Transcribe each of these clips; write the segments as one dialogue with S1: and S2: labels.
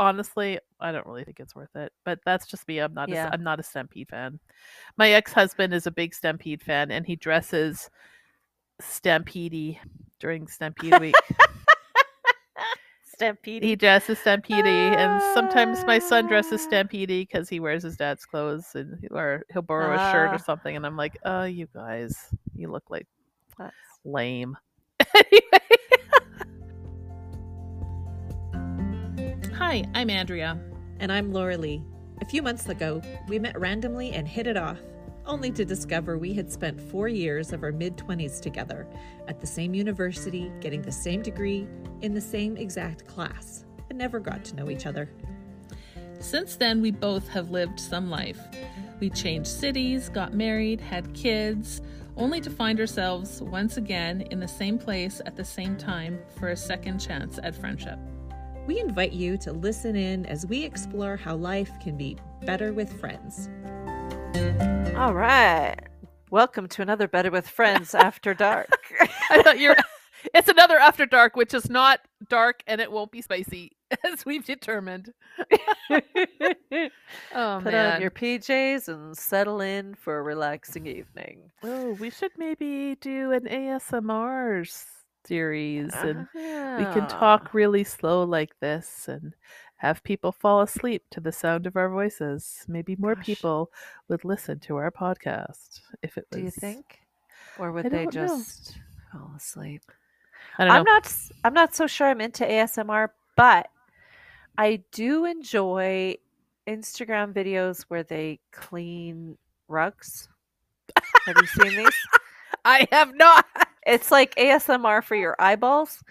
S1: honestly, I don't really think it's worth it. But that's just me. I'm not.
S2: Yeah.
S1: A, I'm not a Stampede fan. My ex husband is a big Stampede fan, and he dresses Stampede during Stampede week.
S2: Stampede.
S1: he dresses Stampede, and sometimes my son dresses
S2: Ah.
S1: Stampede because he wears his dad's clothes, and or he'll borrow a shirt
S2: Ah.
S1: or something. And I'm like, oh, you guys, you look like
S2: That's-
S1: lame. anyway. Hi, I'm Andrea.
S3: And I'm Laura Lee. A few months ago, we met randomly and hit it off, only to discover we had spent four years of our mid 20s together at the same university, getting the same degree, in the same exact class, and never got to know each other.
S1: Since then, we both have lived some life. We changed cities, got married, had kids, only to find ourselves once again in the same place at the same time for a second chance at friendship.
S3: We invite you to listen in as we explore how life can be better with friends.
S2: All right. Welcome to another Better with Friends After Dark.
S1: I thought you're. It's another After Dark, which is not dark and it won't be spicy, as we've determined. Oh,
S2: Put on your PJs and settle in for a relaxing evening.
S1: Oh, we should maybe do an ASMR series and we can talk really slow like this and have people fall asleep to the sound of our voices. Maybe more
S2: Gosh.
S1: people would listen to our podcast if it
S2: Do
S1: was.
S2: you think? Or would
S1: I
S2: they
S1: don't know.
S2: just fall asleep?
S1: I don't
S2: I'm
S1: know.
S2: not s- I'm not so sure I'm into ASMR, but I do enjoy Instagram videos where they clean rugs. Have you seen these?
S1: I have not.
S2: It's like ASMR for your eyeballs.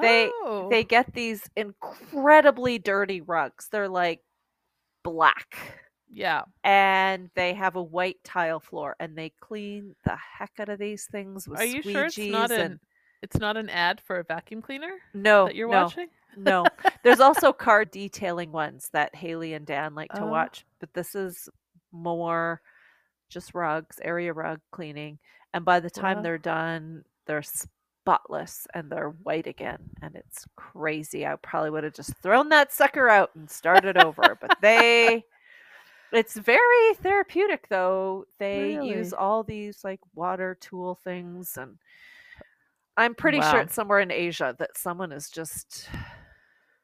S2: They-
S1: Oh.
S2: They get these incredibly dirty rugs. They're like black
S1: yeah.
S2: and they have a white tile floor and they clean the heck out of these things with
S1: Are you sure it's not
S2: squeegees
S1: an
S2: and
S1: it's not an ad for a vacuum cleaner
S2: no
S1: that you're
S2: no,
S1: watching?
S2: No. There's also car detailing ones that Haley and Dan like to
S1: Oh.
S2: watch, but this is more just rugs, area rug cleaning. And by the time
S1: Wow.
S2: they're done, they're spotless and they're white again. And it's crazy. I probably would have just thrown that sucker out and started over. But they it's very therapeutic though. They
S1: Really?
S2: use all these like water tool things and I'm pretty sure
S1: Wow.
S2: it's somewhere in Asia that someone is just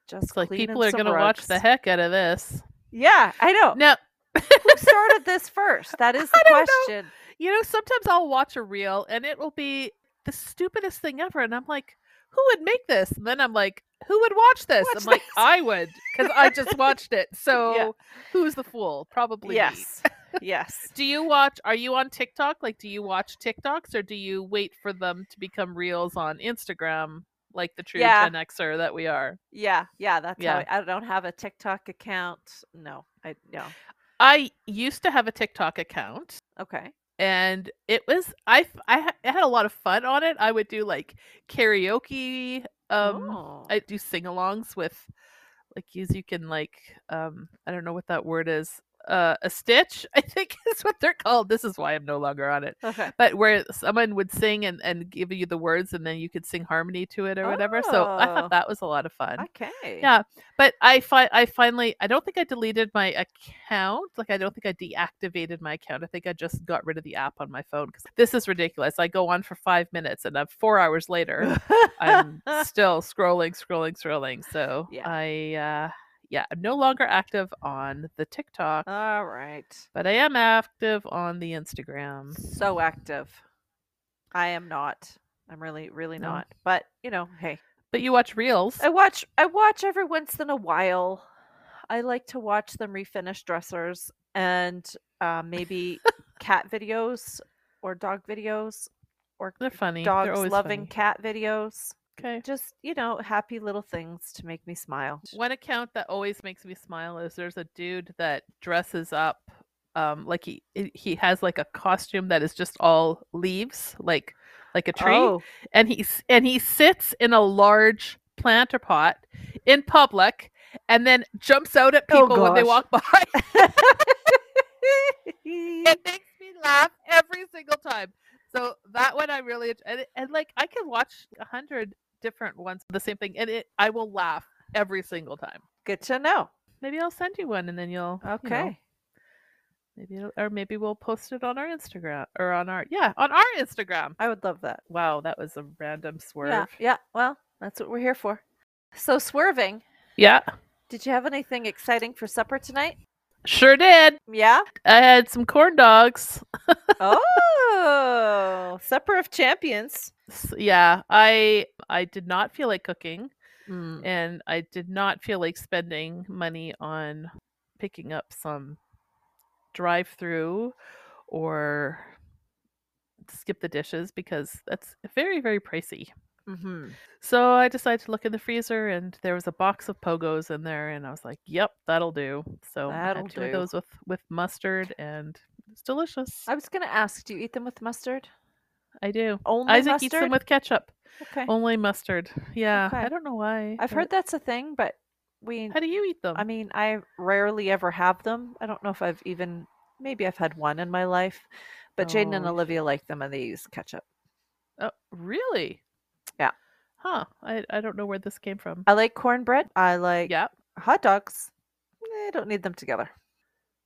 S2: just
S1: It's like
S2: cleaning
S1: people are
S2: some
S1: going to watch the
S2: rugs. Oh.
S1: heck out of this.
S2: Yeah, I know.
S1: Now,
S2: Who started this first? That is the
S1: don't know.
S2: question.
S1: you know, sometimes I'll watch a reel and it will be the stupidest thing ever. And I'm like, who would make this? And then I'm like, who would watch this?
S2: Watch
S1: I'm like,
S2: this.
S1: I would because I just watched it. So who's the fool? Probably me.
S2: Yes. yes.
S1: Do you watch? Are you on TikTok? Like, do you watch TikToks or do you wait for them to become reels on Instagram, like the true
S2: Yeah.
S1: Gen Xer that we are?
S2: Yeah, yeah, that's
S1: Yeah.
S2: how I, I don't have a TikTok account. No. I no.
S1: I used to have a TikTok account
S2: Okay.
S1: and it was I f- I, ha- I had a lot of fun on it. I would do like karaoke. Um,
S2: Oh.
S1: I do sing-alongs with like use you can like um I don't know what that word is. Uh, a stitch, I think is what they're called. This is why I'm no longer on it.
S2: okay.
S1: But where someone would sing and, and give you the words and then you could sing harmony to it or whatever. So I
S2: Oh.
S1: thought that was a lot of fun.
S2: Okay.
S1: Yeah, but I fi- I finally I don't think I deleted my account. Like I don't think I deactivated my account. I think I just got rid of the app on my phone because this is ridiculous. I go on for five minutes and I'm four hours later. I'm still scrolling, scrolling, scrolling. So
S2: Yeah.
S1: I uh, yeah I'm no longer active on the TikTok,
S2: All right.
S1: but I am active on the
S2: Um,
S1: Instagram.
S2: So active. I am not. I'm really really
S1: No.
S2: not. But, you know, hey,
S1: But you watch reels.
S2: I watch I watch every once in a while. I like to watch them refinish dressers and uh, maybe cat videos or dog videos or
S1: They're funny. They're
S2: dogs
S1: always
S2: loving
S1: funny.
S2: cat videos.
S1: Okay.
S2: Just you know, happy little things to make me smile.
S1: One account that always makes me smile is there's a dude that dresses up um like he he- he has like a costume that is just all leaves like like a tree
S2: Oh,
S1: and he's and he sits in a large planter pot in public and then jumps out at
S2: Oh,
S1: people when they
S2: gosh.
S1: walk by it makes me laugh every single time. So that one I really en- and, it- and like I can watch a hundred different ones the same thing and it I will laugh every single time.
S2: Good to know.
S1: Maybe I'll send you one and then you'll you know,
S2: Okay.
S1: maybe it'll, or maybe we'll post it on our Instagram or on our yeah, on our Instagram.
S2: I would love that.
S1: Wow, that was a random swerve.
S2: Yeah. Yeah. Well, that's what we're here for. So swerving.
S1: yeah.
S2: Did you have anything exciting for supper tonight?
S1: Sure did.
S2: Yeah.
S1: I had some corn dogs.
S2: Oh, supper of champions.
S1: S- Yeah, I I did not feel like cooking
S2: Mm.
S1: and I did not feel like spending money on picking up some drive-through or skip the dishes because that's very very pricey. mm-hmm.
S2: hmm
S1: So I decided to look in the freezer and there was a box of pogos in there and I was like, "Yep, that'll do." So I
S2: That'll
S1: had two of
S2: do.
S1: those with with mustard and it's delicious.
S2: I was gonna ask, do you eat them with mustard?
S1: I do.
S2: Only
S1: Isaac
S2: mustard.
S1: eats them with ketchup.
S2: okay.
S1: Only mustard. Yeah,
S2: Okay.
S1: I don't know why.
S2: I've
S1: but-
S2: heard that's a thing, but we.
S1: How do you eat them?
S2: I mean, I rarely ever have them. I don't know if I've even. Maybe I've had one in my life, but Jaden and
S1: Oh.
S2: Olivia like them, and they use ketchup.
S1: oh, really?
S2: Yeah.
S1: Huh. I I don't know where this came from.
S2: I like cornbread. I like
S1: yeah.
S2: hot dogs. I don't need them together.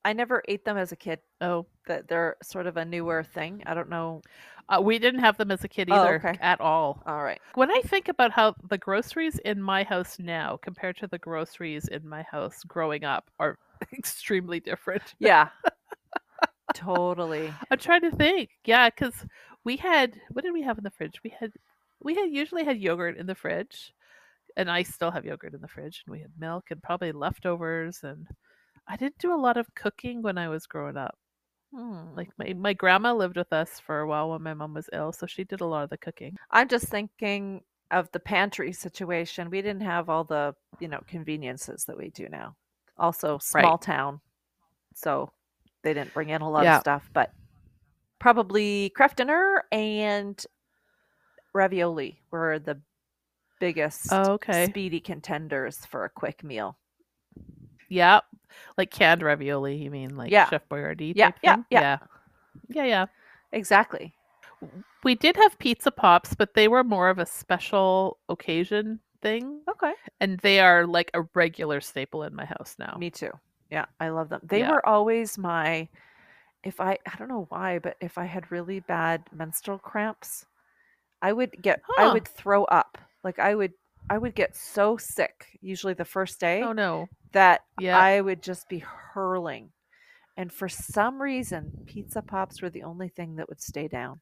S2: I never ate them as a kid.
S1: Oh,
S2: That they're sort of a newer thing. I don't know.
S1: uh, we didn't have them as a kid
S2: Oh,
S1: either
S2: okay.
S1: at all.
S2: All right.
S1: When I think about how the groceries in my house now compared to the groceries in my house growing up are extremely different.
S2: Yeah. totally.
S1: I'm trying to think. Yeah, because we had what did we have in the fridge? We had we had usually had yogurt in the fridge, and I still have yogurt in the fridge, and we had milk and probably leftovers. And I didn't do a lot of cooking when I was growing up.
S2: Hmm.
S1: Like my my grandma lived with us for a while when my mom was ill, so she did a lot of the cooking.
S2: I'm just thinking of the pantry situation. We didn't have all the, you know, conveniences that we do now. Also, small town. So they didn't bring in a lot
S1: Yeah.
S2: of stuff, but probably craft dinner and ravioli were the biggest
S1: Okay.
S2: speedy contenders for a quick meal.
S1: Yeah, like canned ravioli. You mean like
S2: Yeah.
S1: Chef Boyardee?
S2: Yeah,
S1: type
S2: yeah,
S1: thing?
S2: yeah.
S1: yeah, yeah, yeah.
S2: Exactly.
S1: We did have pizza pops, but they were more of a special occasion thing.
S2: Okay.
S1: and they are like a regular staple in my house now.
S2: Me too. Yeah, I love them. They
S1: Oh. Yeah.
S2: were always my if I I don't know why, but if I had really bad menstrual cramps, I would get I
S1: Huh.
S2: would throw up. Like I would I would get so sick usually the first day
S1: Oh no,
S2: that
S1: yeah,
S2: I would just be hurling. And for some reason, pizza pops were the only thing that would stay down.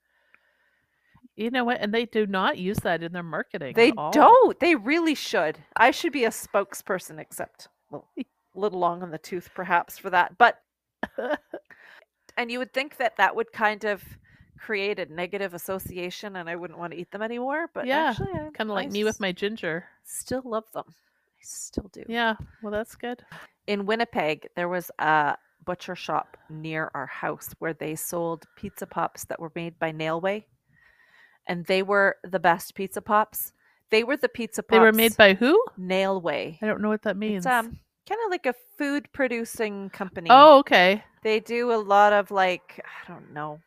S1: you know what? And they do not use that in their marketing. at
S2: They
S1: all.
S2: don't. They really should. I should be a spokesperson, except a little long on the tooth, perhaps, for that. But and you would think that that would kind of create a negative association, and I wouldn't want to eat them anymore. But
S1: Yeah,
S2: actually, I-
S1: Kind
S2: I
S1: of like me with
S2: s-
S1: my ginger.
S2: still love them. I still do.
S1: Yeah, well, that's good.
S2: In Winnipeg, there was a butcher shop near our house where they sold pizza pops that were made by Nailway, and they were the best pizza pops. They were the pizza pops
S1: They were made by who?
S2: Nailway.
S1: I don't know what that means.
S2: It's um kind of like a food producing company.
S1: oh, okay.
S2: they do a lot of like I don't know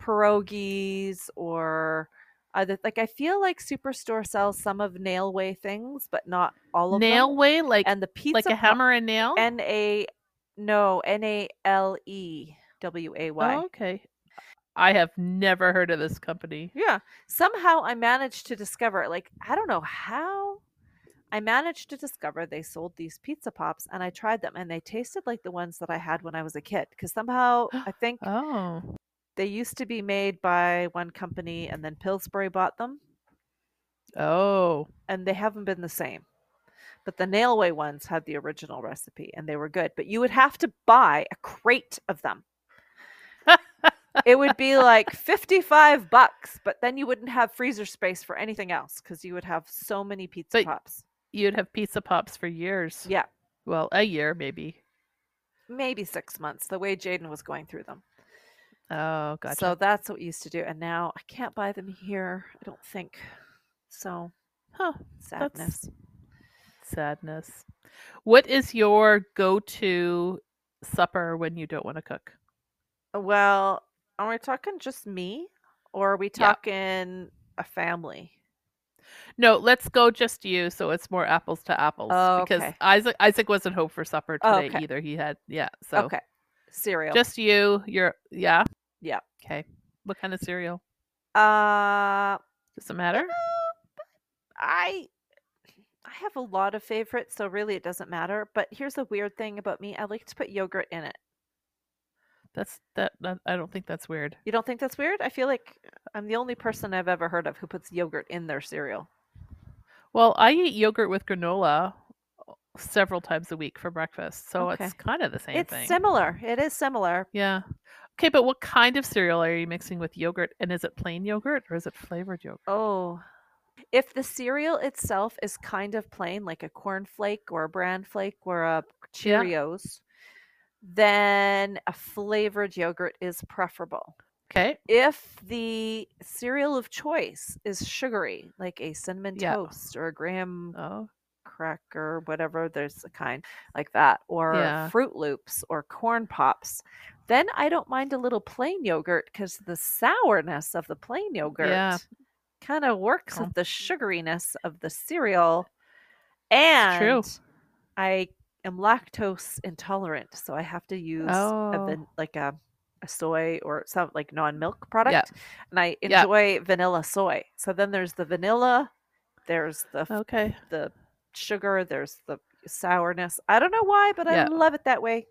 S2: pierogies or other like I feel like Superstore sells some of Nailway things, but not all of
S1: Nail
S2: them.
S1: way, like
S2: and the pizza
S1: like a hammer and nail.
S2: N A no N A L E W A Y.
S1: Oh, okay. I have never heard of this company.
S2: Yeah. Somehow I managed to discover, like, I don't know how I managed to discover they sold these pizza pops and I tried them and they tasted like the ones that I had when I was a kid. Cause somehow I think
S1: Oh,
S2: they used to be made by one company and then Pillsbury bought them
S1: oh,
S2: and they haven't been the same. But the Nailway ones had the original recipe and they were good. But you would have to buy a crate of them. it would be like 55 bucks, but then you wouldn't have freezer space for anything else because you would have so many pizza
S1: But-
S2: pops.
S1: you'd have pizza pops for years.
S2: Yeah,
S1: Well, a year maybe.
S2: maybe six months, the way Jaden was going through them.
S1: Oh, gotcha.
S2: So that's what we used to do. And now I can't buy them here, I don't think. So
S1: huh.
S2: sadness.
S1: Sadness. What is your go to supper when you don't want to cook?
S2: Well, are we talking just me or are we
S1: Yeah.
S2: talking a family?
S1: No, let's go just you. So it's more apples to apples
S2: Oh,
S1: because
S2: okay.
S1: Isaac Isaac wasn't home for supper
S2: Oh,
S1: today
S2: okay.
S1: either. He had yeah. So
S2: Okay. Cereal.
S1: just you. You're yeah.
S2: Yeah.
S1: Okay. What kind of cereal?
S2: uh
S1: Does it matter?
S2: I I have a lot of favorites, so really it doesn't matter. But here's the weird thing about me: I like to put yogurt in it.
S1: That's that. that I don't think that's weird.
S2: You don't think that's weird? I feel like I'm the only person I've ever heard of who puts yogurt in their cereal.
S1: Well, I eat yogurt with granola several times a week for breakfast, so
S2: Okay.
S1: it's kind of the same
S2: it's
S1: thing.
S2: similar. It is similar.
S1: yeah. Okay, but what kind of cereal are you mixing with yogurt? And is it plain yogurt or is it flavored yogurt?
S2: Oh. If the cereal itself is kind of plain, like a cornflake or a bran flake or a
S1: Yeah.
S2: Cheerios, then a flavored yogurt is preferable.
S1: Okay.
S2: If the cereal of choice is sugary, like a cinnamon
S1: Yeah.
S2: toast or a graham
S1: Oh,
S2: cracker, whatever, there's a kind like that, or
S1: Yeah.
S2: Fruit Loops or Corn Pops, then I don't mind a little plain yogurt because the sourness of the plain yogurt kind of works
S1: Oh.
S2: with the sugariness of the cereal. And I am lactose intolerant, so I have to use a van-
S1: Oh.
S2: like a, a soy or some like non-milk product. And I
S1: Yeah.
S2: enjoy vanilla soy. So then there's the vanilla, there's the f-
S1: okay.
S2: the sugar, there's the sourness. I don't know why, but
S1: Yeah.
S2: I love it that way.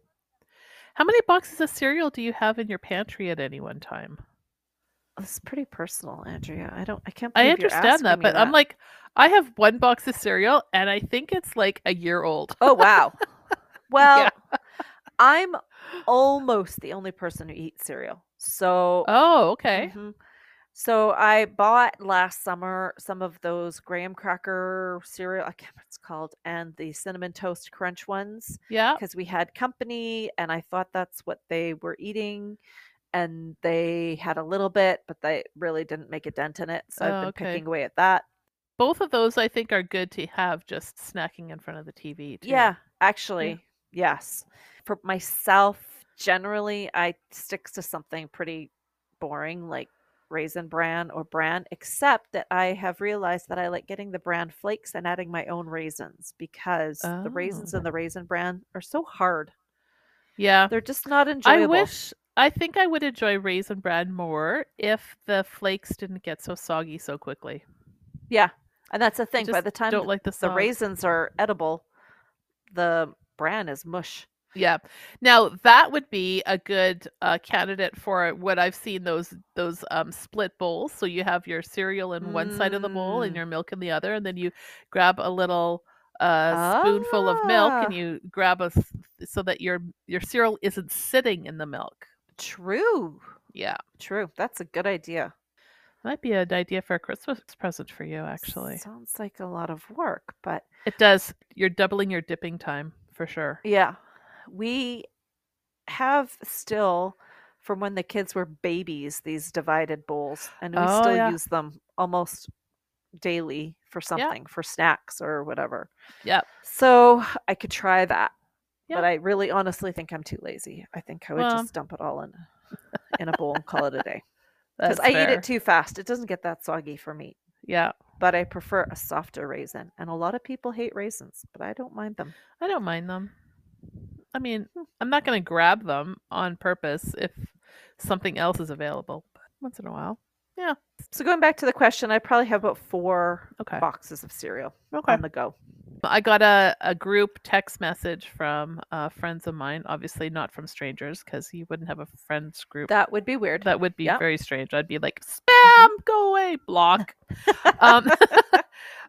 S1: How many boxes of cereal do you have in your pantry at any one time?
S2: It's pretty personal, Andrea. I don't I can't
S1: I
S2: believe you're
S1: understand
S2: asking
S1: that,
S2: me
S1: but I'm like, I have one box of cereal and I think it's like a year old.
S2: Oh wow. Well, I'm almost the only person who eats cereal. So
S1: Oh, okay.
S2: mhm. So I bought last summer some of those graham cracker cereal, I can't remember what it's called, and the cinnamon toast crunch ones
S1: Yeah.
S2: because we had company and I thought that's what they were eating. And they had a little bit, but they really didn't make a dent in it. So
S1: Oh,
S2: I've been
S1: okay.
S2: picking away at that.
S1: Both of those I think are good to have just snacking in front of the TV. Too.
S2: Yeah, actually, yes. For myself, generally, I stick to something pretty boring like raisin bran or bran, except that I have realized that I like getting the bran flakes and adding my own raisins because the raisins
S1: Oh.
S2: in the raisin bran are so hard.
S1: Yeah.
S2: They're just not enjoyable.
S1: I wish I think I would enjoy raisin bran more if the flakes didn't get so soggy so quickly.
S2: Yeah, and that's the thing. By
S1: just
S2: the time
S1: Don't
S2: th-
S1: like the
S2: the
S1: sog.
S2: raisins are edible, the bran is mush.
S1: Yeah. Now that would be a good uh, candidate for what I've seen those those um, split bowls. So you have your cereal in one side of the bowl and
S2: Mm.
S1: your milk in the other, and then you grab a little uh, spoonful of milk
S2: Ah.
S1: and you grab a s- so that your your cereal isn't sitting in the milk.
S2: True,
S1: Yeah,
S2: true. That's a good idea.
S1: might be an idea for a Christmas present for you. Actually,
S2: sounds like a lot of work, but
S1: it does. You're doubling your dipping time for sure.
S2: yeah, we have still from when the kids were babies these divided bowls, and we
S1: Oh,
S2: still
S1: yeah.
S2: use them almost daily for something for snacks or whatever.
S1: Yep.
S2: So I could try that.
S1: Yep.
S2: But I really honestly think I'm too lazy. I think I would
S1: Well.
S2: just dump it all in in a bowl and call it a day.
S1: That's
S2: Because I eat
S1: fair.
S2: it too fast. It doesn't get that soggy for me.
S1: Yeah,
S2: But I prefer a softer raisin. And a lot of people hate raisins, but I don't mind them.
S1: I don't mind them. I mean, hmm, I'm not going to grab them on purpose if something else is available. But once in a while,
S2: So going back to the question, I probably have about four
S1: okay.
S2: boxes of cereal
S1: Okay.
S2: on the go.
S1: I got a, a group text message from uh, friends of mine. Obviously, not from strangers because you wouldn't have a friends group.
S2: That would be weird.
S1: That would be
S2: Yep. Mm-hmm.
S1: very strange. I'd be like, spam, go away, block. um,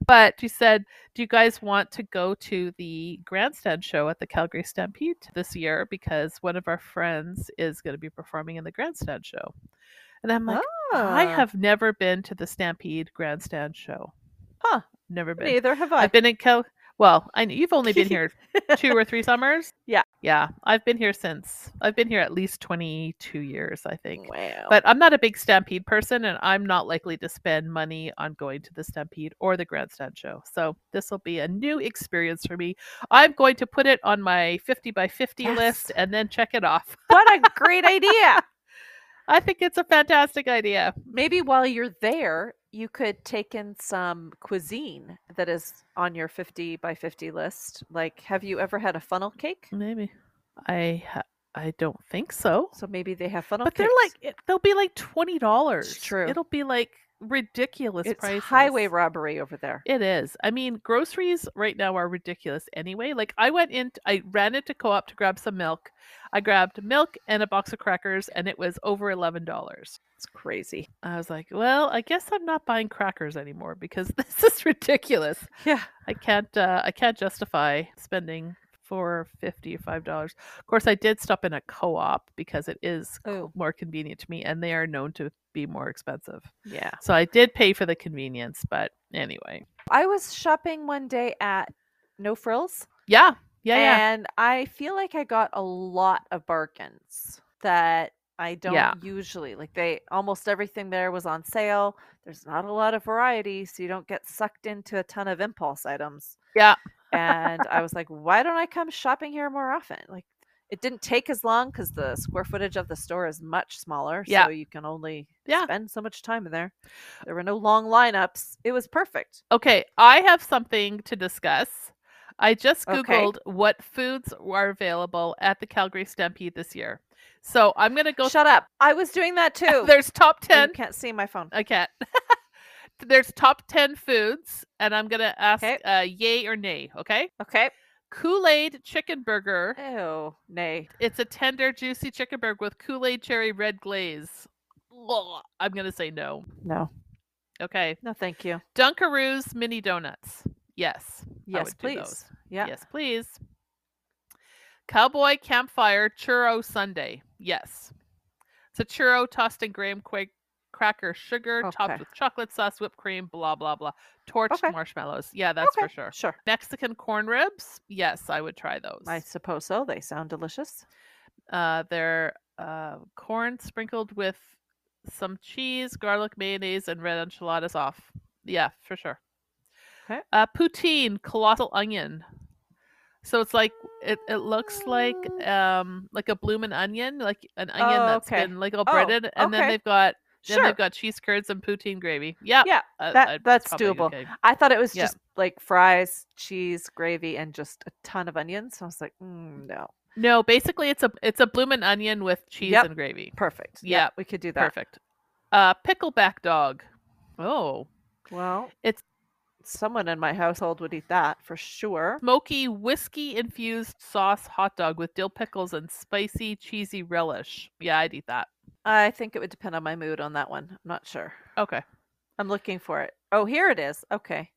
S1: but she said, Do you guys want to go to the grandstand show at the Calgary Stampede this year? Because one of our friends is going to be performing in the grandstand show. And I'm like, I
S2: Ah,
S1: have never been to the Stampede grandstand show.
S2: Huh.
S1: Never been.
S2: neither have I.
S1: I've been in Cal. Well, I know you've only been here two or three summers.
S2: Yeah.
S1: Yeah. I've been here since. I've been here at least 22 years, I think.
S2: Wow.
S1: But I'm not a big Stampede person, and I'm not likely to spend money on going to the Stampede or the Grandstand Show. So this will be a new experience for me. I'm going to put it on my 50 by 50
S2: Yes.
S1: list and then check it off.
S2: what a great idea.
S1: I think it's a fantastic idea.
S2: Maybe while you're there, you could take in some cuisine that is on your 50 by 50 list. Like, have you ever had a funnel cake?
S1: Maybe. I ha- I don't think so.
S2: So maybe they have funnel
S1: But
S2: cakes.
S1: they're like it- they'll be like twenty dollars.
S2: It's true.
S1: It'll be like ridiculous
S2: it's
S1: prices.
S2: highway robbery over there.
S1: It is. I mean, groceries right now are ridiculous anyway. Like I went in, I ran into co-op to grab some milk. I grabbed milk and a box of crackers, and it was over eleven dollars.
S2: It's crazy.
S1: I was like, well, I guess I'm not buying crackers anymore because this is ridiculous.
S2: Yeah.
S1: I can't uh, I can't justify spending for fifty or five dollars. Of course, I did stop in a co-op because it is co-
S2: Oh.
S1: more convenient to me, and they are known to be more expensive.
S2: Yeah.
S1: So I did pay for the convenience, but anyway,
S2: I was shopping one day at No Frills.
S1: yeah, yeah, yeah.
S2: And I feel like I got a lot of bargains that I don't
S1: Yeah.
S2: usually like. They almost everything there was on sale. There's not a lot of variety, so you don't get sucked into a ton of impulse items.
S1: Yeah.
S2: and I was like, why don't I come shopping here more often? Like, it didn't take as long because the square footage of the store is much smaller.
S1: Yeah.
S2: So you can only
S1: Yeah.
S2: spend so much time in there. There were no long lineups. It was perfect.
S1: Okay, I have something to discuss. I just
S2: Okay.
S1: googled what foods are available at the Calgary Stampede this year. So I'm gonna go.
S2: Shut up. I was doing that too.
S1: There's top
S2: Oh,
S1: ten.
S2: You can't see my phone.
S1: I can't. There's top 10 foods, and I'm going to ask
S2: Okay.
S1: uh, yay or nay, okay?
S2: Okay.
S1: Kool Aid chicken burger.
S2: Oh, nay.
S1: It's a tender, juicy chicken burger with Kool Aid cherry red glaze. Ugh, I'm going to say no.
S2: No.
S1: Okay.
S2: No, thank you.
S1: Dunkaroos mini donuts. Yes.
S2: Yes,
S1: would do those.
S2: please. Yeah.
S1: Yes, please. Cowboy campfire churro Sunday. Yes. It's a churro tossed in graham quake cracker sugar
S2: Okay.
S1: topped with chocolate sauce, whipped cream, blah blah blah. Torched
S2: Okay.
S1: marshmallows. Yeah, that's
S2: Okay,
S1: for sure.
S2: Sure.
S1: Mexican corn ribs. Yes, I would try those.
S2: I suppose so. They sound delicious.
S1: Uh, they're uh, corn sprinkled with some cheese, garlic mayonnaise, and red enchilada sauce. Yeah, for sure.
S2: Okay.
S1: Uh, poutine, colossal onion. So it's like it, it looks like
S2: Mm.
S1: um like a bloomin' onion, like an onion
S2: Oh,
S1: that's
S2: okay.
S1: been like all breaded, and then
S2: okay.
S1: they've got then
S2: Sure.
S1: they've got cheese curds and poutine gravy. Yep,
S2: Yeah,
S1: uh,
S2: that-
S1: I'd
S2: that's
S1: probably-
S2: doable.
S1: okay.
S2: I thought it was
S1: Yeah.
S2: just like fries, cheese, gravy, and just a ton of onions. I was like, mm, no.
S1: No, basically it's a it's a bloomin' onion with cheese
S2: Yep.
S1: and gravy.
S2: Perfect.
S1: Yeah,
S2: We could do that.
S1: Perfect. Uh, pickleback dog. Oh,
S2: Well,
S1: It's-
S2: someone in my household would eat that for sure.
S1: smoky whiskey infused sauce hot dog with dill pickles and spicy cheesy relish. Yeah, I'd eat that.
S2: I think it would depend on my mood on that one. I'm not sure.
S1: Okay.
S2: I'm looking for it. Oh, here it is. Okay.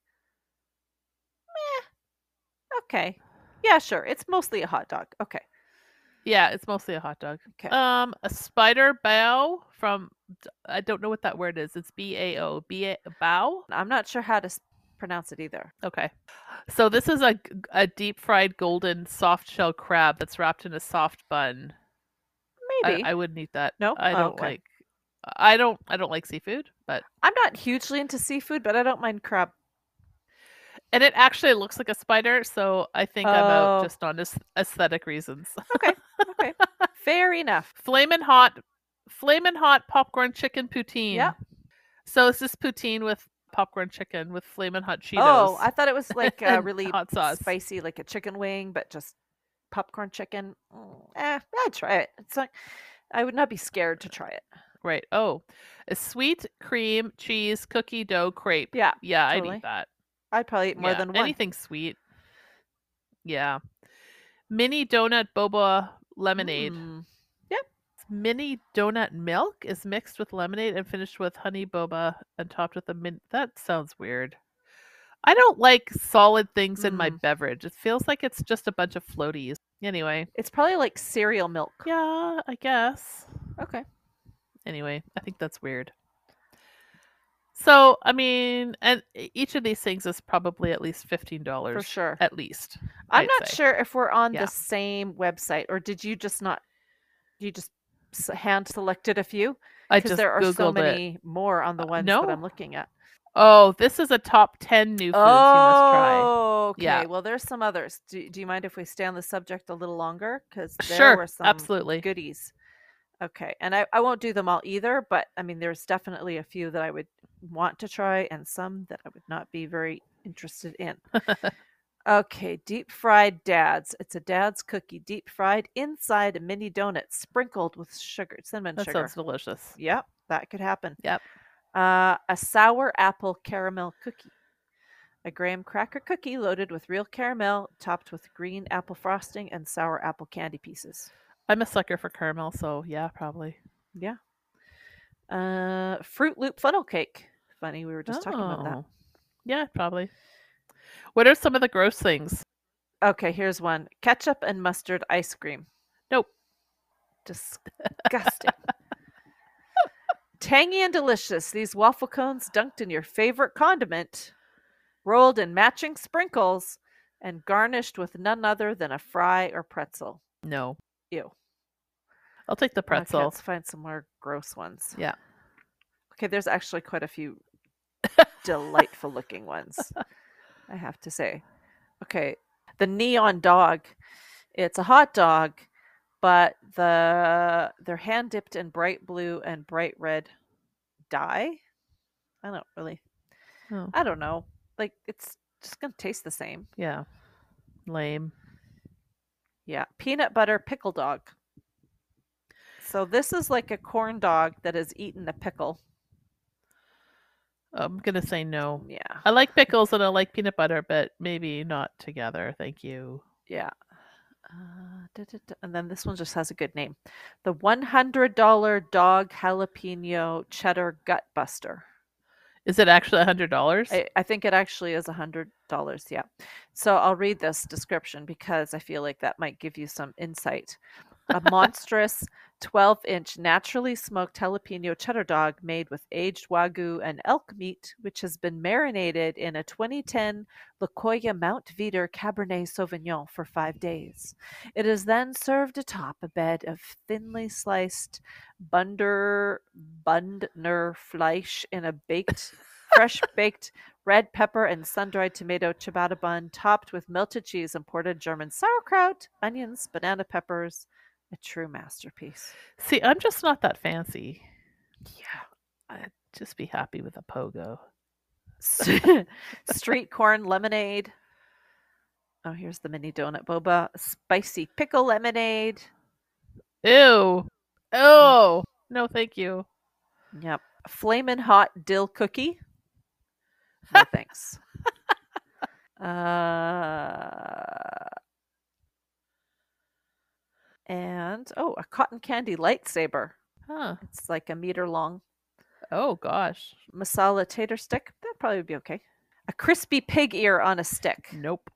S2: Meh. Okay. Yeah, sure. It's mostly a hot dog. Okay.
S1: Yeah, it's mostly a hot dog.
S2: Okay.
S1: Um, a spider bow from d- I don't know what that word is. It's B A O B A bow.
S2: I'm not sure how to s- pronounce it either.
S1: Okay. So this is a g- a deep fried golden soft shell crab that's wrapped in a soft bun. I,
S2: Maybe.
S1: I wouldn't eat that.
S2: No?
S1: I
S2: Oh,
S1: don't
S2: okay.
S1: like. I don't. I don't like seafood, but
S2: I'm not hugely into seafood, but I don't mind crab.
S1: and it actually looks like a spider, so I think I'm out
S2: Oh.
S1: just on aes- aesthetic reasons.
S2: Fair enough.
S1: Flamin' hot, flamin' hot popcorn chicken poutine. So it's this poutine with popcorn chicken with flamin' hot Cheetos.
S2: Oh, I thought it was like uh,
S1: and
S2: really
S1: hot sauce.
S2: spicy, like a chicken wing, but just popcorn chicken. Mm, eh, I'd try it. It's like I would not be scared to try it.
S1: Right. Oh, a sweet cream cheese cookie dough crepe.
S2: Yeah,
S1: Yeah, I'd
S2: totally.
S1: eat that.
S2: I'd probably eat more
S1: Yeah,
S2: than one.
S1: Anything sweet. Yeah. Mini donut boba lemonade.
S2: Mm,
S1: Mini donut milk is mixed with lemonade and finished with honey boba and topped with a mint. That sounds weird. I don't like solid things in my
S2: Mm.
S1: beverage. It feels like it's just a bunch of floaties. Anyway,
S2: It's probably like cereal milk.
S1: yeah, I guess.
S2: Okay.
S1: Anyway, I think that's weird. So, I mean, and e- each of these things is probably at least $15
S2: For sure.
S1: at least.
S2: I'm
S1: I'd
S2: not
S1: say.
S2: sure if we're on
S1: Yeah.
S2: the same website or did you just not you just s- hand selected a few
S1: I
S2: because
S1: just
S2: there are
S1: googled
S2: so
S1: it. Uh,
S2: many more on the ones
S1: no.
S2: that I'm looking at.
S1: Oh, this is a top 10 new foods
S2: Oh, okay.
S1: Yeah.
S2: Well, there's some others. Do, do you mind if we stay on the subject a little longer? Because
S1: you must try.
S2: there
S1: Sure,
S2: were some
S1: absolutely.
S2: goodies Okay. And I, I won't do them all either, but I mean, there's definitely a few that I would want to try and some that I would not be very interested in. okay. Deep fried dads. It's a dad's cookie, deep fried inside a mini donut sprinkled with sugar, cinnamon
S1: That
S2: sugar.
S1: sounds delicious.
S2: Yep. That could happen.
S1: Yep.
S2: Uh, a sour apple caramel cookie. A graham cracker cookie loaded with real caramel, topped with green apple frosting and sour apple candy pieces.
S1: I'm a sucker for caramel, so yeah, probably.
S2: Uh, Fruit Loop funnel cake. Funny, we were just talking about that.
S1: Oh. Yeah, probably. What are some of the gross things?
S2: Okay, here's one: ketchup and mustard ice cream.
S1: Nope.
S2: Disgusting. Tangy and delicious. These waffle cones dunked in your favorite condiment, rolled in matching sprinkles, and garnished with none other than a fry or pretzel.
S1: No.
S2: Ew.
S1: I'll take the
S2: Okay,
S1: pretzel.
S2: let's find some more gross ones.
S1: Yeah.
S2: Okay, there's actually quite a few delightful looking ones, I have to say. Okay, the neon dog. It's a hot dog, but the they're hand dipped in bright blue and bright red dye. I don't really.
S1: Oh.
S2: I don't know. Like it's just gonna taste the same.
S1: Yeah. Lame.
S2: Yeah, peanut butter pickle dog. So this is like a corn dog that has eaten a pickle.
S1: I'm gonna say no.
S2: Yeah,
S1: I like pickles and I like peanut butter, but maybe not together. Thank you.
S2: yeah. Uh, duh, duh, duh. and then this one just has a good name, the one hundred dollar dog jalapeno cheddar gut buster.
S1: Is it actually a hundred dollars?
S2: I, I think it actually is a hundred dollars. Yeah. So I'll read this description because I feel like that might give you some insight. A monstrous 12 inch naturally smoked jalapeno cheddar dog made with aged wagyu and elk meat, which has been marinated in a 2010 La Colla Mount Veeder Cabernet Sauvignon for five days. It is then served atop a bed of thinly sliced Bunder Bundner Fleisch in a baked, fresh baked red pepper and sun-dried tomato ciabatta bun topped with melted cheese imported German sauerkraut, onions, banana peppers. A true masterpiece.
S1: See, I'm just not that fancy.
S2: Yeah.
S1: I'd just be happy with a pogo.
S2: Street corn lemonade. Oh, here's the mini donut boba. Spicy pickle lemonade.
S1: Ew. Oh. No, thank you.
S2: Yep. Flamin' hot dill cookie. No thanks. uh, and oh, a cotton candy lightsaber.
S1: Huh.
S2: It's like a meter long.
S1: Oh gosh.
S2: Masala tater stick. That'd probably be okay. A crispy pig ear on a stick.
S1: Nope.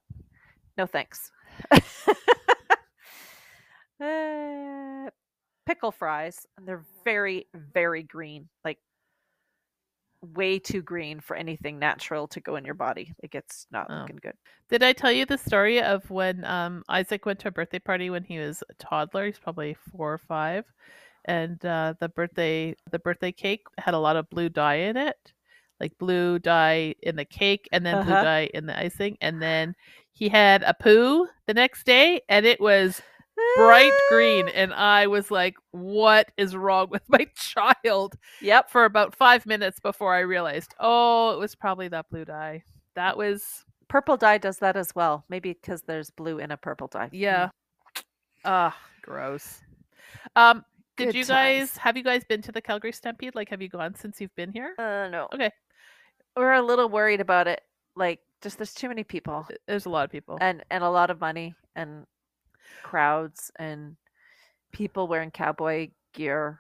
S2: No thanks. Uh, pickle fries, and they're very, very green, like way too green for anything natural to go in your body. Like it's not
S1: Oh.
S2: looking good.
S1: Did I tell you the story of when um, Isaac went to a birthday party when he was a toddler? He's probably four or five, and uh, the birthday the birthday cake had a lot of blue dye in it, like blue dye in the cake, and then blue
S2: Uh-huh.
S1: dye in the icing, and then he had a poo the next day, and it was bright green, and I was like, "What is wrong with my child?"
S2: Yep.
S1: For about five minutes before I realized, oh, it was probably that blue dye. That was
S2: Purple dye does that as well. Maybe because there's blue in a purple dye. Mm.
S1: Yeah. Ah, gross. Um, did
S2: Good
S1: you
S2: times.
S1: guys have you guys been to the Calgary Stampede? Like, have you gone since you've been here?
S2: Uh, no.
S1: Okay.
S2: We're a little worried about it. Like, just there's too many people
S1: Th- oh. There's a lot of people.
S2: and and a lot of money and crowds and people wearing cowboy gear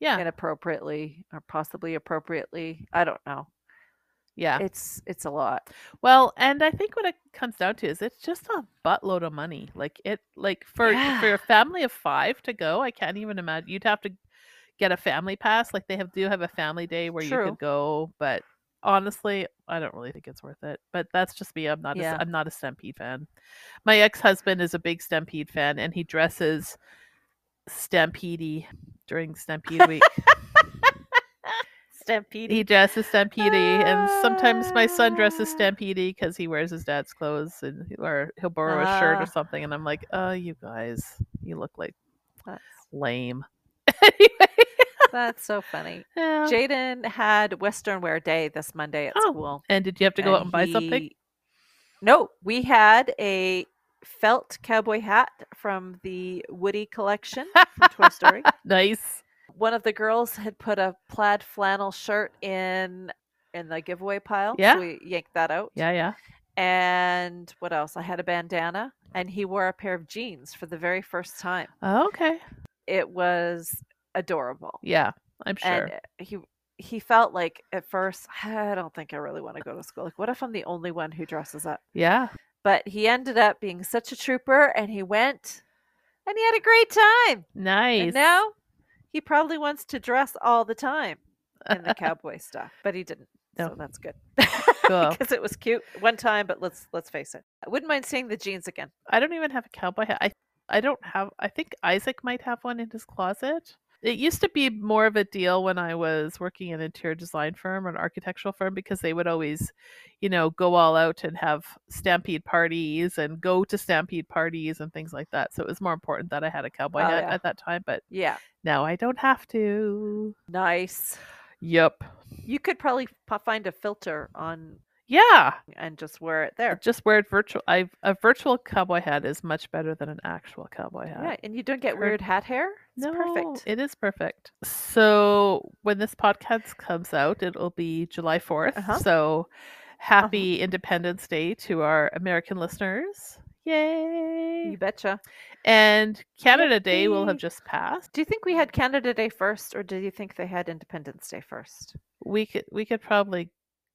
S1: yeah,
S2: inappropriately or possibly appropriately. I don't know.
S1: yeah.
S2: It's it's a lot.
S1: Well, and I think what it comes down to is it's just a buttload of money. Like it, like for for a family of five to go, I can't even imagine. You'd have to get a family pass. Like they have do have a family day where you
S2: True.
S1: could go, but honestly, I don't really think it's worth it. But that's just me. I'm not.
S2: Yeah.
S1: A, I'm not a Stampede fan. My ex husband is a big Stampede fan, and he dresses Stampede during Stampede week.
S2: Stampede.
S1: He dresses Stampede, and sometimes my son dresses
S2: Ah.
S1: Stampede because he wears his dad's clothes, and or he'll borrow a shirt
S2: Ah.
S1: or something. And I'm like, oh, you guys, you look like lame. anyway,
S2: That's so funny.
S1: yeah.
S2: Jaden had Western Wear Day this Monday at
S1: Um Oh,
S2: school.
S1: and did you have to go out and buy something?
S2: he- No, we had a felt cowboy hat from the Woody collection from Toy Story.
S1: Nice.
S2: One of the girls had put a plaid flannel shirt in in the giveaway pile.
S1: Yeah.
S2: So we yanked that out.
S1: Yeah, yeah.
S2: And what else? I had a bandana and he wore a pair of jeans for the very first time.
S1: Oh, okay.
S2: It was adorable.
S1: Yeah, I'm sure.
S2: and he he felt like at first i don't think i really want to go to school like what if i'm the only one who dresses up
S1: yeah.
S2: but he ended up being such a trooper and he went and he had a great time
S1: Nice.
S2: and now he probably wants to dress all the time in the cowboy stuff but he didn't
S1: No.
S2: so that's good
S1: Oh. Cool.
S2: because it was cute one time but let's let's face it i wouldn't mind seeing the jeans again
S1: I don't even have a cowboy hat. I I don't have. I think Isaac might have one in his closet. It used to be more of a deal when I was working in an interior design firm or an architectural firm because they would always, you know, go all out and have stampede parties and go to stampede parties and things like that. So it was more important that I had a cowboy
S2: Oh,
S1: hat
S2: yeah.
S1: at that time, but
S2: yeah
S1: now I don't have to.
S2: nice
S1: Yep.
S2: you could probably p- find a filter on
S1: Yeah.
S2: and just wear it there
S1: Just wear it virtual. I a virtual cowboy hat is much better than an actual cowboy hat.
S2: yeah and you don't get
S1: Perfect.
S2: weird hat hair it's perfect
S1: It is perfect. So when this podcast comes out, it'll be July 4th.
S2: Uh-huh.
S1: So happy Independence Day to our American listeners. Yay!
S2: You betcha.
S1: And Canada Day will have
S2: Yippee.
S1: just passed.
S2: Do you think we had Canada Day first, or do you think they had Independence Day first?
S1: We could we could probably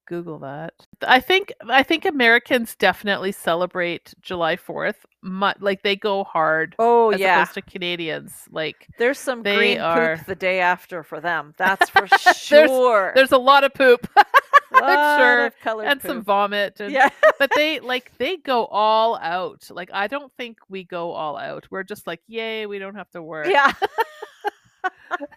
S1: Google that. I think I think Americans definitely celebrate July 4th. Mu- like they go hard
S2: Oh
S1: as opposed to Canadians. Like
S2: there's some
S1: they
S2: green
S1: are-
S2: poop the day after for them. That's for sure.
S1: there's a lot of poop
S2: Lot
S1: sure,
S2: of colored
S1: and some
S2: poop.
S1: vomit and
S2: yeah,
S1: but they like they go all out. Like I don't think we go all out. We're just like, yay, we don't have to work.
S2: yeah.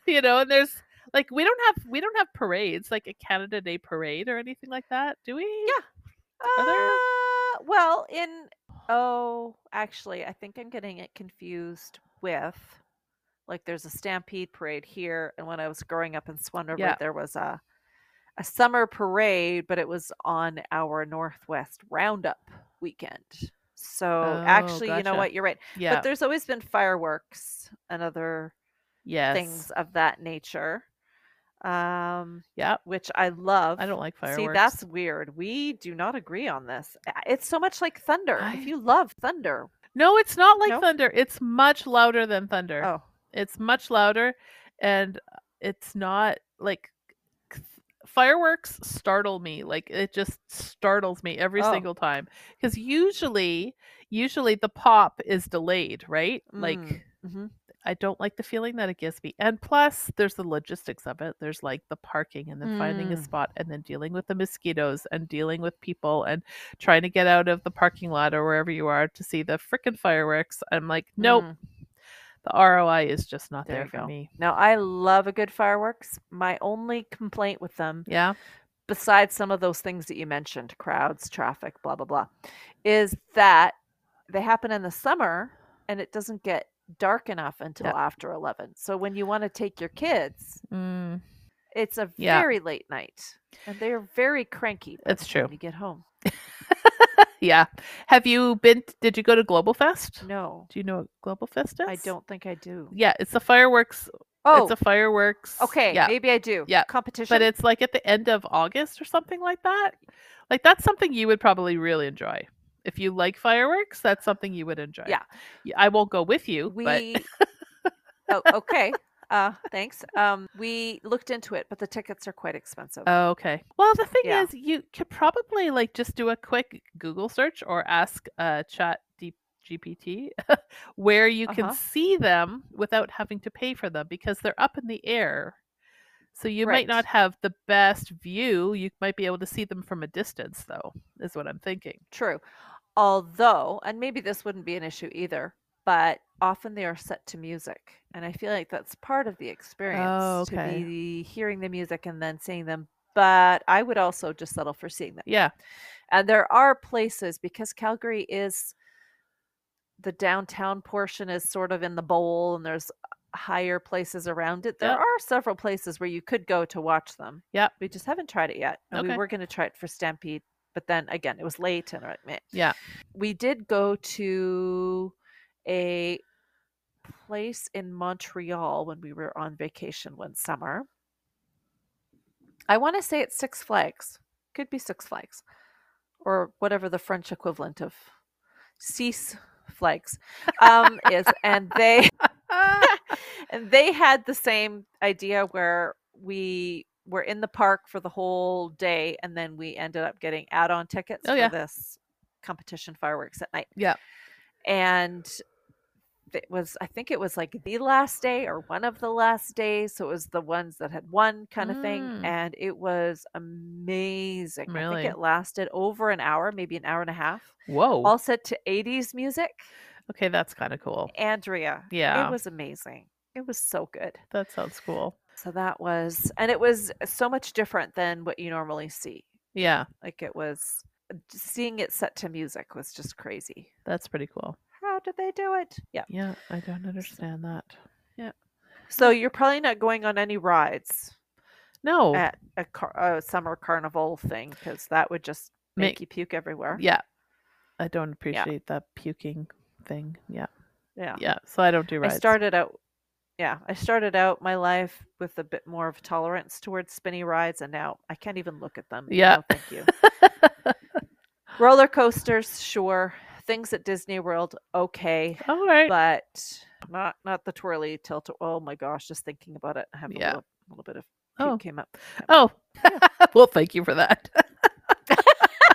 S1: You know, and there's like we don't have we don't have parades, like a Canada Day parade or anything like that, do we?
S2: Yeah.
S1: Are there-
S2: Uh, well, in oh, actually, I think I'm getting it confused with like there's a stampede parade here, and when I was growing up in Swan River,
S1: Yeah.
S2: there was a a summer parade, but it was on our Northwest Roundup weekend. So actually,
S1: Oh,
S2: you know
S1: gotcha.
S2: what? You're right.
S1: Yeah.
S2: But there's always been fireworks and other
S1: yes.
S2: things of that nature, um,
S1: Yeah.
S2: which I love.
S1: I don't like fireworks.
S2: See, that's weird. We do not agree on this. Uh, It's so much like thunder.
S1: I-
S2: If you love thunder,
S1: No, it's not like
S2: No?
S1: thunder. It's much louder than thunder.
S2: oh,
S1: It's much louder and uh, it's not like c- fireworks startle me. Like it just startles me every
S2: Oh.
S1: single time cuz usually usually the pop is delayed, right?
S2: Mm,
S1: Like
S2: mhm.
S1: I don't like the feeling that it gives me. And plus there's the logistics of it. There's like the parking and then finding a
S2: Mm.
S1: spot and then dealing with the mosquitoes and dealing with people and trying to get out of the parking lot or wherever you are to see the freaking fireworks. I'm like, nope,
S2: Mm.
S1: the ROI is just not
S2: There
S1: there,
S2: you
S1: for
S2: go.
S1: me.
S2: Now I love a good fireworks. My only complaint with them,
S1: Yeah.
S2: besides some of those things that you mentioned, crowds, traffic, blah blah blah, is that they happen in the summer and it doesn't get dark enough until
S1: Yeah.
S2: after eleven. So when you want to take your kids,
S1: Mm,
S2: it's a
S1: Yeah.
S2: very late night, and they are very cranky. by
S1: it's
S2: the time
S1: true.
S2: You get home.
S1: Yeah. Have you been? Did you go to Global Fest?
S2: No,
S1: Do you know what Global Fest is?
S2: I don't think I do.
S1: Yeah, it's the fireworks.
S2: Oh,
S1: It's a fireworks.
S2: okay.
S1: Yeah.
S2: Maybe I do.
S1: Yeah,
S2: Competition.
S1: But it's like at the end of August or something like that. Like that's something you would probably really enjoy. If you like fireworks, that's something you would enjoy.
S2: Yeah.
S1: Y- I won't go with you,
S2: we.
S1: but
S2: oh, okay. Uh, thanks. Um, we looked into it, but the tickets are quite expensive.
S1: Oh, okay. Well, the thing
S2: Yeah.
S1: is, you could probably like just do a quick Google search or ask uh, Chat D- GPT where you can
S2: Uh-huh.
S1: see them without having to pay for them because they're up in the air. So you
S2: Right.
S1: might not have the best view. You might be able to see them from a distance, though, is what I'm thinking.
S2: True. Although, and maybe this wouldn't be an issue either, but often they are set to music. And I feel like that's part of the experience
S1: Oh, okay.
S2: to be hearing the music and then seeing them. But I would also just settle for seeing them.
S1: Yeah.
S2: And Uh, there are places because Calgary is the downtown portion is sort of in the bowl and there's higher places around it. There
S1: Yep.
S2: are several places where you could go to watch them.
S1: Yep.
S2: We just haven't tried it yet. And
S1: Okay.
S2: we were going to try it for Stampede, but then again, it was late and we're like, meh.
S1: Yeah.
S2: We did go to a place in Montreal when we were on vacation one summer. I want to say it's Six Flags. Could be Six Flags or whatever the French equivalent of cease flags um, is. And they and they had the same idea where we were in the park for the whole day and then we ended up getting add-on tickets
S1: Oh,
S2: for
S1: yeah.
S2: this competition fireworks at night.
S1: Yeah.
S2: And it was I think it was like the last day or one of the last days. So it was the ones that had won kind of
S1: Mm.
S2: thing. And it was amazing. I
S1: Really?
S2: think it lasted over an hour, maybe an hour and a half.
S1: Whoa.
S2: All set to 80s music.
S1: okay, that's kind of cool.
S2: Andrea.
S1: Yeah.
S2: It was amazing. It was so good.
S1: that sounds cool.
S2: So that was, and it was so much different than what you normally see.
S1: Yeah,
S2: Like it was, uh, seeing it set to music was just crazy.
S1: that's pretty cool.
S2: How did they do it? Yeah.
S1: Yeah, I don't understand that.
S2: So you're probably not going on any rides
S1: No.
S2: at a, car- a summer carnival thing because that would just make
S1: Make-
S2: you puke everywhere.
S1: yeah. I don't appreciate that puking thing. Yeah.
S2: Yeah.
S1: Yeah. So I don't do rides.
S2: I started out, yeah, I started out my life with a bit more of tolerance towards spinny rides, and now I can't even look at them.
S1: Yeah.
S2: No, thank you. Roller coasters, sure. Things at Disney World, okay,
S1: All right.
S2: but not not the twirly tilt. Oh my gosh, just thinking about it, I have
S1: Yeah.
S2: a, little, a little bit of puke
S1: Oh.
S2: came up.
S1: oh. well, thank you for that.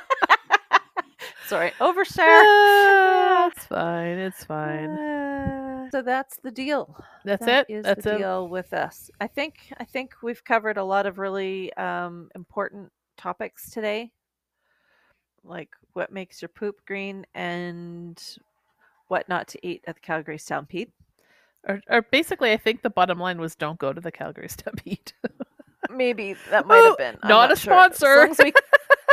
S2: Sorry, overshare.
S1: Ah, it's fine. It's fine. Ah.
S2: Uh, so that's the deal.
S1: That's
S2: That
S1: it.
S2: is
S1: that's
S2: the
S1: it.
S2: deal with us. I think I think we've covered a lot of really um, important topics today, like what makes your poop green and what not to eat at the Calgary Stampede.
S1: Or, or basically, I think the bottom line was don't go to the Calgary Stampede.
S2: Maybe that might have
S1: Oh,
S2: been
S1: not a
S2: sure. As
S1: sponsor.
S2: long as we-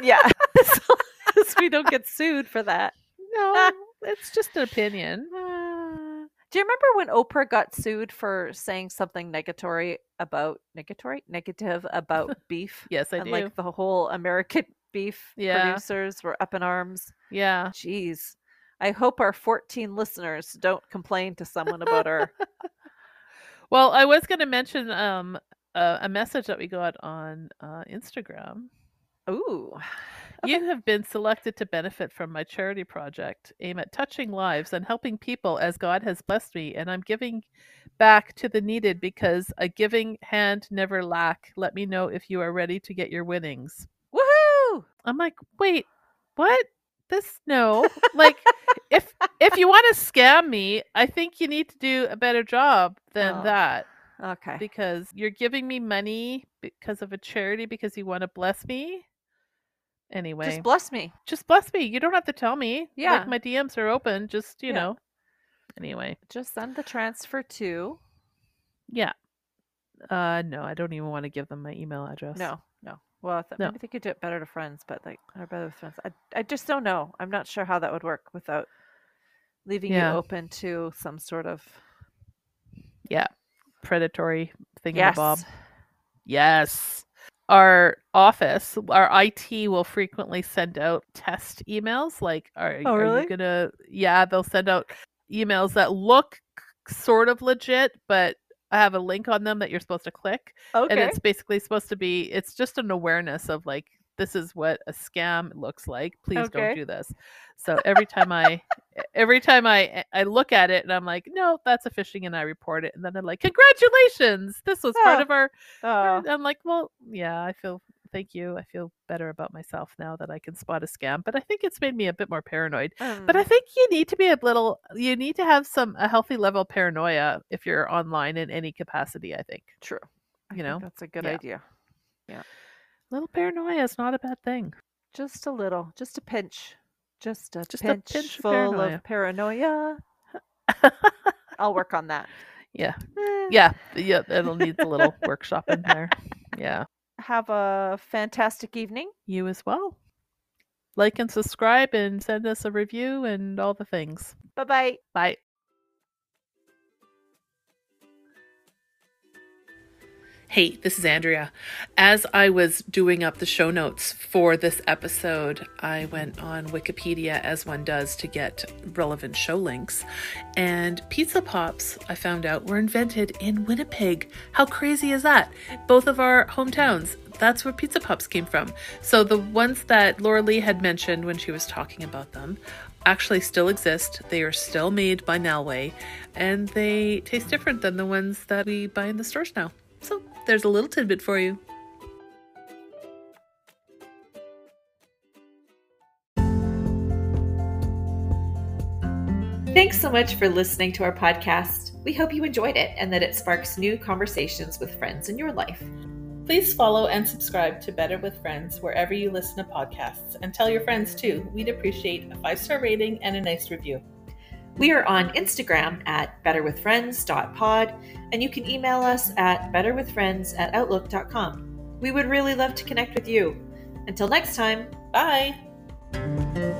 S2: yeah, as long as we don't get sued for that.
S1: no, it's just an opinion.
S2: Uh, Do you remember when Oprah got sued for saying something negatory about negatory negative about beef?
S1: Yes, I
S2: and
S1: do.
S2: like the whole American beef
S1: Yeah.
S2: producers were up in arms. Uh-huh.
S1: yeah.
S2: Jeez. I hope our 14 listeners don't complain to someone about our
S1: Well, I was going to mention um, a, a message that we got on uh, Instagram.
S2: ooh.
S1: You have been selected to benefit from my charity project, aim at touching lives and helping people as God has blessed me, and I'm giving back to the needed because a giving hand never lack. Let me know if you are ready to get your winnings.
S2: Woohoo!
S1: I'm like, wait, what? This no. Like, if if you want to scam me, I think you need to do a better job than
S2: Oh.
S1: that
S2: Okay.
S1: because you're giving me money because of a charity because you want to bless me. Anyway,
S2: Just bless me.
S1: just bless me. You don't have to tell me.
S2: Yeah.
S1: Like my DMs are open. Just, you
S2: Yeah.
S1: know. Anyway.
S2: Just send the transfer to
S1: Yeah. Uh no, I don't even want to give them my email address.
S2: No, no. Well, I th-
S1: No.
S2: maybe they could do it better to friends, but like our better with friends. I, I just don't know. I'm not sure how that would work without leaving
S1: Yeah.
S2: you open to some sort of
S1: Predatory thing
S2: yes.
S1: Bob. Yes. Our office, our IT will frequently send out test emails. Like, are,
S2: Oh,
S1: are
S2: really?
S1: you gonna? Yeah, they'll send out emails that look k- sort of legit, but I have a link on them that you're supposed to click,
S2: Okay.
S1: and it's basically supposed to be. It's just an awareness of like this is what a scam looks like. Please
S2: Okay.
S1: don't do this. So every time I, e, every time I, e, I look at it and I'm like, no, that's a phishing, and I report it, and then I'm like, congratulations, this was part
S2: Oh.
S1: of our
S2: oh,
S1: I'm like, well, yeah, I feel thank you. I feel better about myself now that I can spot a scam, but I think it's made me a bit more paranoid. But I
S2: mm,
S1: think you need to be a little you need to have some a healthy level of paranoia if you're online in any capacity, I think.
S2: true. I
S1: you
S2: think
S1: know,
S2: that's a good
S1: yeah.
S2: idea.
S1: A little paranoia is not a bad thing.
S2: Just a little, just a pinch, just a
S1: Just a
S2: pinch,
S1: pinch of
S2: full of paranoia. I'll work on that.
S1: yeah.
S2: Eh,
S1: Yeah. Yeah, it'll need a little workshop in there. Yeah.
S2: Have a fantastic evening.
S1: You as well. Like and subscribe and send us a review and all the things.
S2: Bye bye.
S1: Bye. Hey, this is Andrea. As I was doing up the show notes for this episode, I went on Wikipedia, as one does, to get relevant show links. And pizza pops, I found out, were invented in Winnipeg. How crazy is that? Both of our hometowns. That's where pizza pops came from. So the ones that Laura Lee had mentioned when she was talking about them actually still exist. They are still made by Nalway, and they taste different than the ones that we buy in the stores now. So there's a little tidbit for you.
S3: Thanks so much for listening to our podcast. We hope you enjoyed it and that it sparks new conversations with friends in your life.
S1: Please follow and subscribe to Better with Friends wherever you listen to podcasts and tell your friends too. We'd appreciate a five star rating and a nice review.
S3: We are on Instagram at betterwithfriends.pod, and you can email us at betterwithfriends at outlook.com. We would really love to connect with you. Until next time,
S1: Bye.